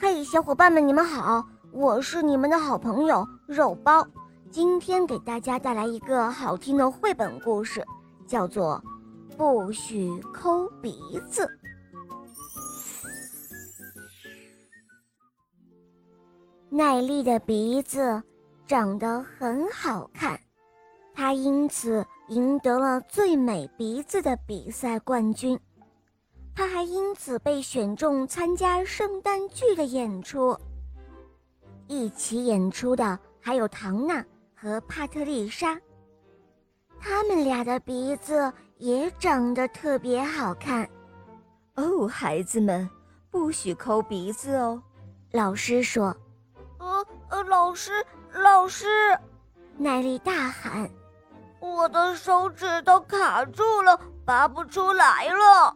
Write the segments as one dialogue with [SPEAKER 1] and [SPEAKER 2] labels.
[SPEAKER 1] 嘿，小伙伴们，你们好，我是你们的好朋友肉包。今天给大家带来一个好听的绘本故事，叫做《不许抠鼻子》。耐力的鼻子长得很好看，她因此赢得了最美鼻子的比赛冠军。他还因此被选中参加圣诞剧的演出。一起演出的还有唐娜和帕特丽莎，他们俩的鼻子也长得特别好看。
[SPEAKER 2] 哦，孩子们，不许抠鼻子哦！
[SPEAKER 1] 老师说
[SPEAKER 3] 呃呃，老师，老师，：“
[SPEAKER 1] 耐力大喊。
[SPEAKER 3] 我的手指头卡住了，拔不出来了。”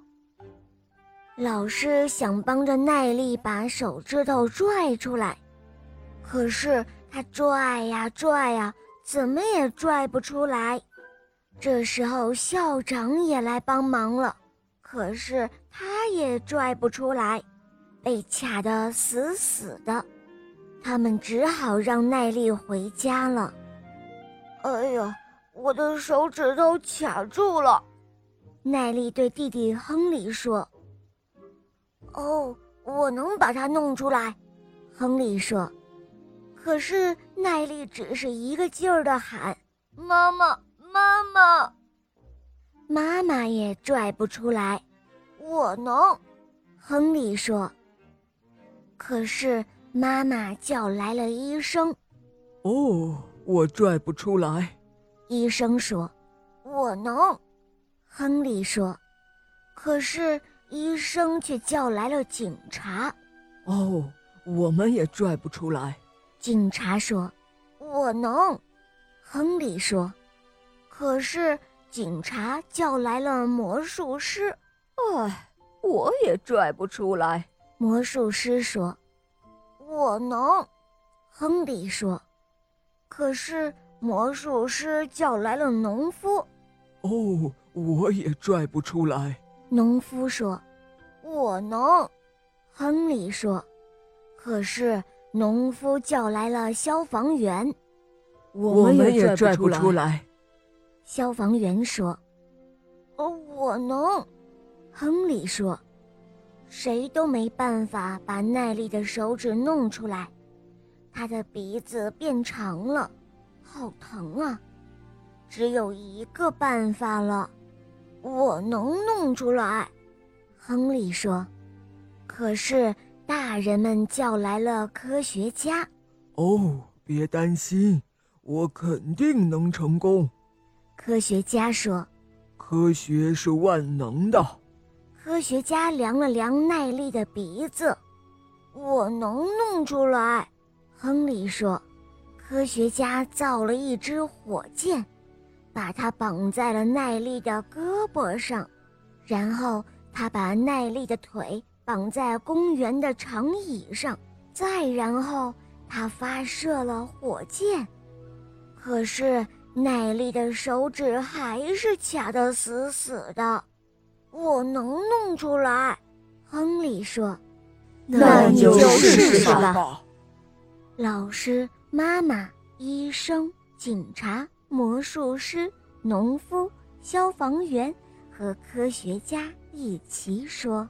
[SPEAKER 1] 老师想帮着耐力把手指头拽出来，可是他拽呀拽呀，怎么也拽不出来。这时候校长也来帮忙了，可是他也拽不出来，被卡得死死的。他们只好让耐力回家了。
[SPEAKER 3] 哎呀，我的手指头卡住了。
[SPEAKER 1] 耐力对弟弟亨利说
[SPEAKER 3] 哦，我能把它弄出来。：“
[SPEAKER 1] 亨利说，可是耐力只是一个劲儿的喊。”
[SPEAKER 3] 妈妈，妈妈，
[SPEAKER 1] 妈妈也拽不出来。
[SPEAKER 3] 我能。
[SPEAKER 1] 亨利说：“可是妈妈叫来了医生。
[SPEAKER 4] 哦，我拽不出来。”
[SPEAKER 1] 医生说
[SPEAKER 3] 我能，：“
[SPEAKER 1] 亨利说。”可是医生却叫来了警察。
[SPEAKER 4] 哦，我们也拽不出来。
[SPEAKER 1] 警察说
[SPEAKER 3] 我能，：“
[SPEAKER 1] 亨利说。”可是警察叫来了魔术师。
[SPEAKER 2] 哎，我也拽不出来。
[SPEAKER 1] 魔术师说
[SPEAKER 3] 我能。：“
[SPEAKER 1] 亨利说。”可是魔术师叫来了农夫。
[SPEAKER 4] 哦，我也拽不出来。
[SPEAKER 1] 农夫说：“我能。”亨利说：“可是农夫叫来了消防员。
[SPEAKER 2] 我
[SPEAKER 4] 们也
[SPEAKER 2] 拽
[SPEAKER 4] 拽不出
[SPEAKER 2] 来。
[SPEAKER 4] 来。”
[SPEAKER 1] 消防员说哦
[SPEAKER 3] 呃，我能，：“
[SPEAKER 1] 亨利说，谁都没办法把耐力的手指弄出来，他的鼻子变长了，好疼啊！只有一个办法了，
[SPEAKER 3] 我能弄出来。
[SPEAKER 1] 亨利说。可是大人们叫来了科学家。”
[SPEAKER 4] 哦，别担心，我肯定能成功。
[SPEAKER 1] 科学家说。
[SPEAKER 4] 科学是万能的。
[SPEAKER 1] 科学家量了量耐力的鼻子，
[SPEAKER 3] 我能弄出来。
[SPEAKER 1] 亨利说：“科学家造了一支火箭，把它绑在了耐力的胳膊上，然后他把耐力的腿绑在公园的长椅上，再然后他发射了火箭。可是耐力的手指还是卡得死死的。
[SPEAKER 3] 我能弄出来。”
[SPEAKER 1] 亨利说。
[SPEAKER 2] 那你就试
[SPEAKER 1] 试吧
[SPEAKER 4] 吧。
[SPEAKER 1] 老师、妈妈、医生、警察、魔术师、农夫、消防员和科学家一起说。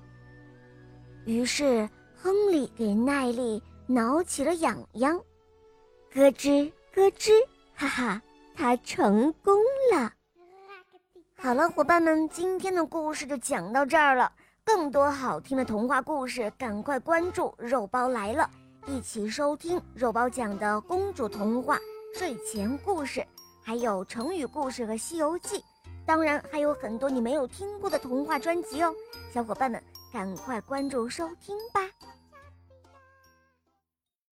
[SPEAKER 1] 于是，亨利给耐力挠起了痒痒，咯吱咯吱，哈哈，他成功了。
[SPEAKER 3] 好了，伙伴们，今天的故事就讲到这儿了。更多好听的童话故事，赶快关注“肉包来了”，一起收听肉包讲的公主童话、睡前故事，还有成语故事和《西游记》，当然还有很多你没有听过的童话专辑哦。小伙伴们，赶快关注收听吧。